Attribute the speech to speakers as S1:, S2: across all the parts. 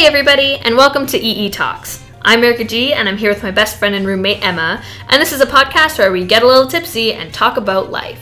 S1: and welcome to EE Talks. I'm Erica G, and I'm here with my best friend and roommate Emma, and this is a podcast where we get a little tipsy and talk about life.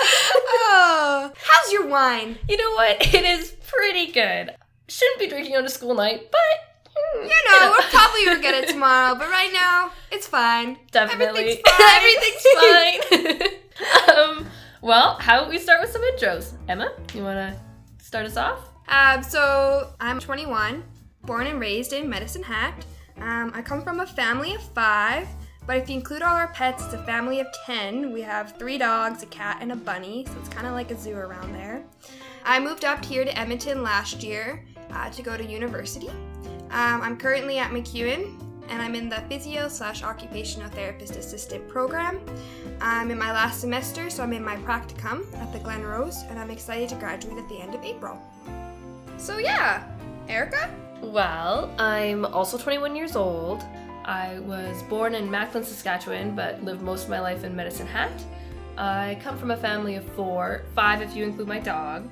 S2: Oh, how's your wine?
S1: You know what? It is pretty good. Shouldn't be drinking on a school night, but mm,
S2: You know, we're probably gonna get it tomorrow, but right now it's fine.
S1: definitely
S2: Everything's fine.
S1: Everything's fine. um, well, how about we start with some intros? Emma, you wanna start us off?
S2: um, so I'm 21, born and raised in Medicine Hat. Um, I come from a family of five, but if you include all our pets, it's a family of 10. We have three dogs, a cat, and a bunny, so it's kind of like a zoo around there. I moved up here to Edmonton last year uh, to go to university. Um, I'm currently at McEwen and I'm in the physio slash occupational therapist assistant program. I'm in my last semester, so I'm in my practicum at the Glen Rose and I'm excited to graduate at the end of April. So, yeah, Erica?
S1: Well, I'm also 21 years old. I was born in Macklin, Saskatchewan, but lived most of my life in Medicine Hat. I come from a family of four, five if you include my dog.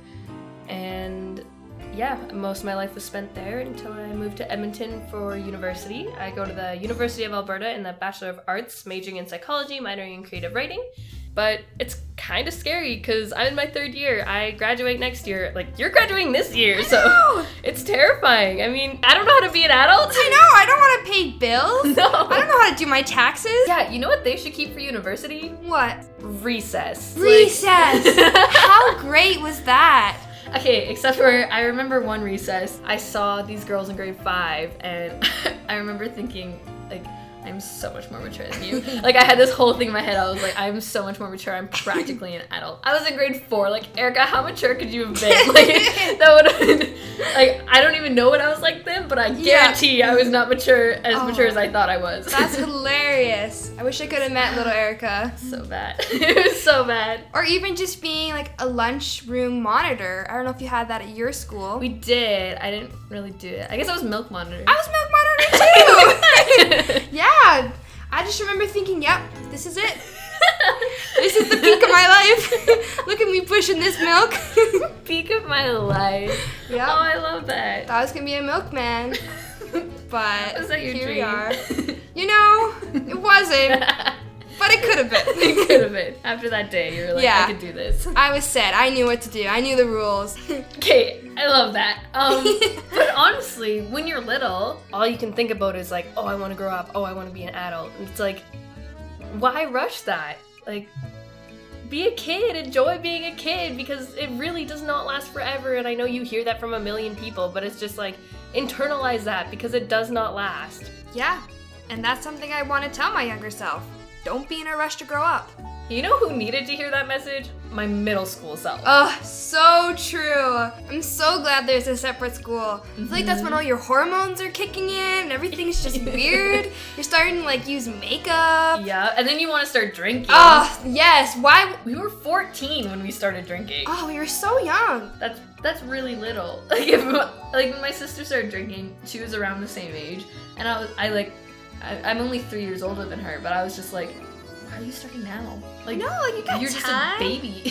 S1: And yeah, most of my life was spent there until I moved to Edmonton for university. I go to the University of Alberta in the Bachelor of Arts, majoring in psychology, minoring in creative writing. But it's kind of scary because I'm in my third year. I graduate next year. Like, you're graduating this year, so.
S2: Oh,
S1: It's terrifying. I mean, I don't know how to be an adult.
S2: I know, I don't want to pay bills. I don't
S1: No.
S2: know how to do my taxes.
S1: Yeah, you know what they should keep for university?
S2: What?
S1: Recess. Like-
S2: Recess! how great was that?
S1: okay, except for I remember one recess. I saw these girls in grade five, and I remember thinking, like, I'm so much more mature than you. like, I had this whole thing in my head. I was like, I'm so much more mature. I'm practically an adult. I was in grade four. Like, Erica, how mature could you have been? Like, that would have been, like, I don't even know what I was like then, but I
S2: Yeah.
S1: guarantee I was not mature, as
S2: Oh.
S1: mature as I thought I was.
S2: That's hilarious. I wish I could have met little Erica.
S1: so bad. it was so bad.
S2: Or even just being like a lunchroom monitor. I don't know if you had that at your school.
S1: We did. I didn't really do it. I guess I was milk monitor.
S2: I was milk monitor too! yeah. I just remember thinking, yep, this is it. This is the peak of my life. Look at me pushing this milk.
S1: peak of my life. Oh,
S2: yeah.
S1: I love that.
S2: Thought I was gonna be a milkman, but
S1: Was that your
S2: here
S1: dream?
S2: we are. You know, it wasn't, but it could have been.
S1: it could have been. After that day, you were like,
S2: Yeah.
S1: I could do this.
S2: I was set. I knew what to do. I knew the rules.
S1: Okay, I love that. Um, but honestly, when you're little, all you can think about is like, oh, I want to grow up. Oh, I want to be an adult. And it's like, why rush that? Like, be a kid. Enjoy being a kid because it really does not last forever. And I know you hear that from a million people, but it's just like, internalize that because it does not last.
S2: Yeah, and that's something I want to tell my younger self. Don't be in a rush to grow up.
S1: You know who needed to hear that message? My middle school self.
S2: Oh, so true. I'm so glad there's a separate school. I feel like that's
S1: Mm-hmm.
S2: when all your hormones are kicking in and everything's just weird. You're starting to like use makeup.
S1: yeah, and then you want to start drinking.
S2: Oh, yes. Why?
S1: We were 14 when we started drinking.
S2: Oh, we were so young.
S1: That's that's really little. Like if like when my sister started drinking, she was around the same age, and I was I like I, I'm only three years older than her, but I was just like, why are you starting now? Like
S2: No, like you got
S1: you're just a
S2: time,
S1: baby,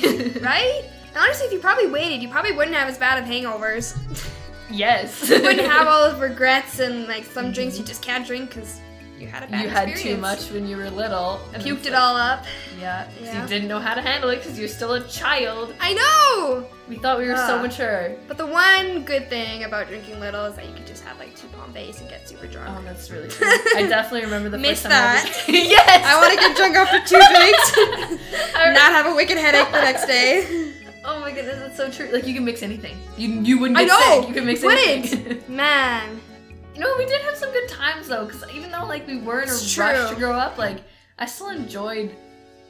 S2: right? And honestly, if you probably waited, you probably wouldn't have as bad of hangovers.
S1: Yes,
S2: you wouldn't have all of regrets and like some drinks you just can't drink because you had a bad
S1: Mm-hmm. you had too
S2: experience.
S1: much when you were little. and
S2: Puked
S1: it's
S2: it
S1: like-
S2: all up.
S1: Yeah, 'cause
S2: Yeah.
S1: you didn't know how to handle it because you're still a child.
S2: I know.
S1: We thought we were so
S2: Ah.
S1: mature.
S2: But the one good thing about drinking little is that you could just have like two Bombays and get super drunk.
S1: Oh, that's really. True. I definitely remember the
S2: Miss
S1: first time.
S2: that.
S1: I was- yes,
S2: I want to get drunk after two drinks,
S1: I
S2: not have a wicked headache the next day.
S1: Oh my goodness, that's so true. Like you can mix anything. You you wouldn't
S2: I
S1: get
S2: know,
S1: sick. You can mix
S2: you
S1: anything.
S2: Man,
S1: you know, we did have some good times though, because even though like we were in a
S2: It's
S1: rush
S2: true.
S1: to grow up, like I still enjoyed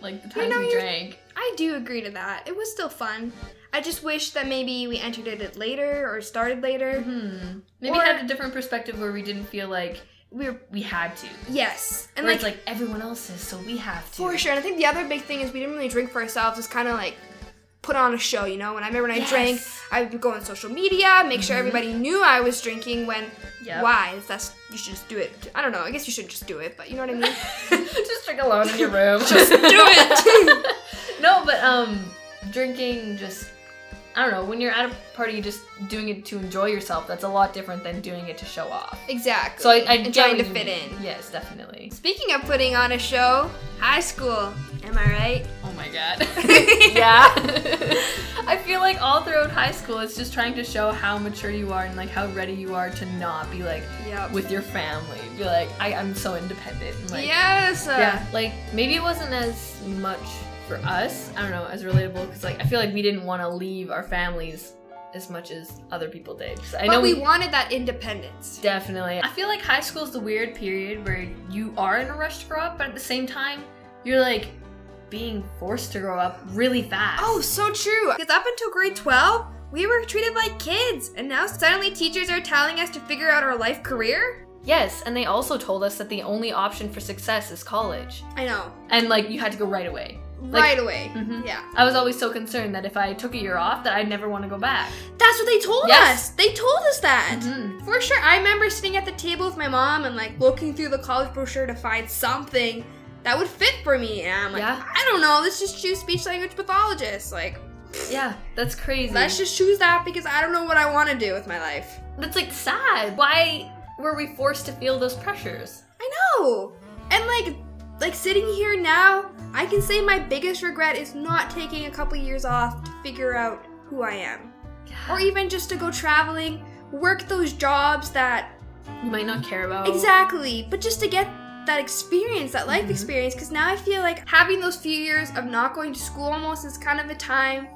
S1: like the times
S2: know,
S1: we
S2: you're-
S1: drank.
S2: I do agree to that. It was still fun. I just wish that maybe we entered it later or started later.
S1: Hmm. Maybe
S2: Or-
S1: had a different perspective where we didn't feel like
S2: We were
S1: we had to.
S2: yes, and
S1: Where
S2: like,
S1: it's like everyone else is, so we have to.
S2: for sure. And I think the other big thing is we didn't really drink for ourselves. It's kind of like put on a show, you know? When I remember when I
S1: Yes. Mm-hmm.
S2: drank, I would go on social media, make sure everybody knew I was drinking when
S1: Yep.
S2: why? That's you should just do it. I don't know. I guess you should just do it, but you know what I mean?
S1: just drink alone in your room.
S2: just do it.
S1: no, but um, drinking just I don't know. When you're at a party, just doing it to enjoy yourself. That's a lot different than doing it to show off.
S2: exactly.
S1: So I, I
S2: and
S1: get
S2: trying
S1: what
S2: to
S1: you
S2: fit
S1: mean.
S2: in.
S1: Yes, definitely.
S2: Speaking of putting on a show, high school. Am I right?
S1: Oh my god. yeah. I feel like all throughout high school, it's just trying to show how mature you are and like how ready you are to not be like
S2: Yep.
S1: with your family. Be like, I, I'm so independent. And, like,
S2: yes. uh,
S1: yeah. Like maybe it wasn't as much for us. I don't know, as relatable because like I feel like we didn't want to leave our families as much as other people did. 'Cause I
S2: but
S1: know
S2: we wanted that independence.
S1: Definitely. I feel like high school is the weird period where you are in a rush to grow up, but at the same time, you're like being forced to grow up really fast.
S2: Oh, so true. Because up until grade 12, we were treated like kids, and now suddenly teachers are telling us to figure out our life career?
S1: yes. And they also told us that the only option for success is college.
S2: I know.
S1: And like you had to go right away.
S2: right away.
S1: Mhm.
S2: Yeah.
S1: I was always so concerned that if I took a year off, that I'd never want to go back.
S2: That's what they told
S1: Yes.
S2: us. They told us that.
S1: Mhm.
S2: For sure. I remember sitting at the table with my mom and like looking through the college brochure to find something that would fit for me. And I'm like,
S1: Yeah.
S2: I don't know. Let's just choose speech language pathologist. Like,
S1: Yeah, that's crazy.
S2: let's just choose that because I don't know what I want to do with my life.
S1: that's like sad. Why were we forced to feel those pressures?
S2: I know. And like like sitting here now, I can say my biggest regret is not taking a couple years off to figure out who I am. Or even just to go traveling, work those jobs that
S1: You might not care about
S2: exactly, but just to get that experience, that life
S1: Mhm.
S2: experience cuz now I feel like having those few years of not going to school almost is kind of a time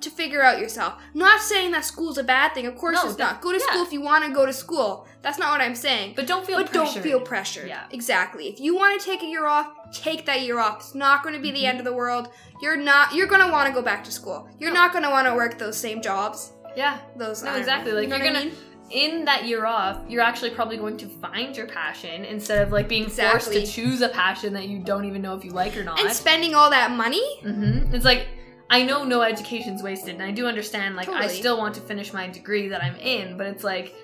S2: to figure out yourself. Not saying that school's a bad thing. Of course
S1: No,
S2: it's
S1: def-
S2: not. Go to
S1: yeah.
S2: school if you want to go to school. That's not what I'm saying
S1: But don't feel
S2: but don't
S1: pressured.
S2: feel pressured.
S1: Yeah.
S2: Exactly. If you want to take a year off, take that year off. It's not going to be the end of the world. You're not. You're going to want to go back to school. You're not going to want to work those same jobs.
S1: Yeah.
S2: Those.
S1: No,
S2: I don't
S1: exactly.
S2: know.
S1: Like
S2: You know
S1: you're
S2: what I
S1: gonna in that year off, you're actually probably going to find your passion instead of like being forced
S2: Exactly.
S1: to choose a passion that you don't even know if you like or not.
S2: mean? And spending all that money.
S1: hmm It's like I know no education's wasted, and I do understand. Like I
S2: Totally.
S1: still want to finish my degree that I'm in, but it's like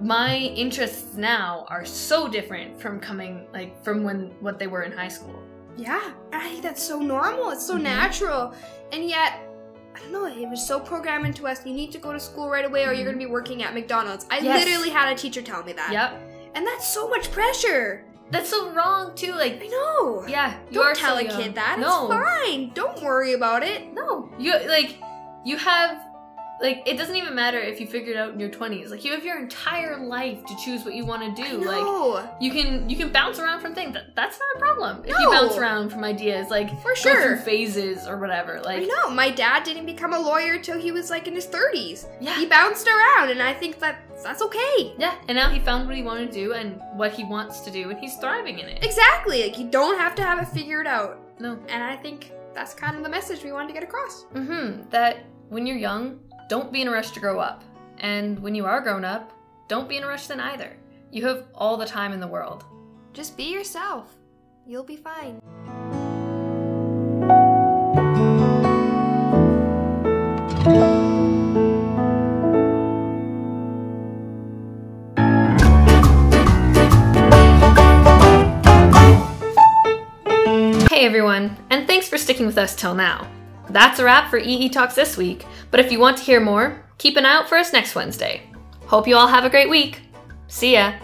S1: my interests now are so different from coming like from when what they were in high school.
S2: Yeah. And I think that's so normal. It's so
S1: Mhm.
S2: natural. And yet. I don't know, it was so programmed into us. You need to go to school right away or you're
S1: Mhm.
S2: going to be working at McDonald's. I
S1: Yes.
S2: literally had a teacher tell me that.
S1: Yep,
S2: And that's so much pressure.
S1: that's so wrong too.
S2: I
S1: Like
S2: know.
S1: yeah, you are
S2: Don't
S1: so
S2: tell a
S1: young.
S2: kid that.
S1: No,
S2: It's fine. Don't worry about it.
S1: No, you like you have like it doesn't even matter if you figured out in your 20s. Like you have your entire life to choose what you want to do. Like
S2: No,
S1: you can you can bounce around from things. That, that's not a problem. If you
S2: No.
S1: bounce around from ideas like
S2: for
S1: go
S2: sure.
S1: through phases or whatever.
S2: I
S1: Like
S2: know. My dad didn't become a lawyer till he was like in his 30s. He
S1: yeah.
S2: bounced around, and I think that that's okay.
S1: Yeah, and now he found what he wanted to do and what he wants to do and he's thriving in it.
S2: Exactly. Like you don't have to have it figured out.
S1: No.
S2: And I think that's kind of the message we wanted to get across.
S1: Mhm. That when you're young, don't be in a rush to grow up. And when you are grown up, don't be in a rush then either. You have all the time in the world.
S2: Just be yourself. You'll be fine.
S1: Hey everyone, and thanks for sticking with us till now. That's a wrap for EE Talks this week, but if you want to hear more, keep an eye out for us next Wednesday. Hope you all have a great week. See ya!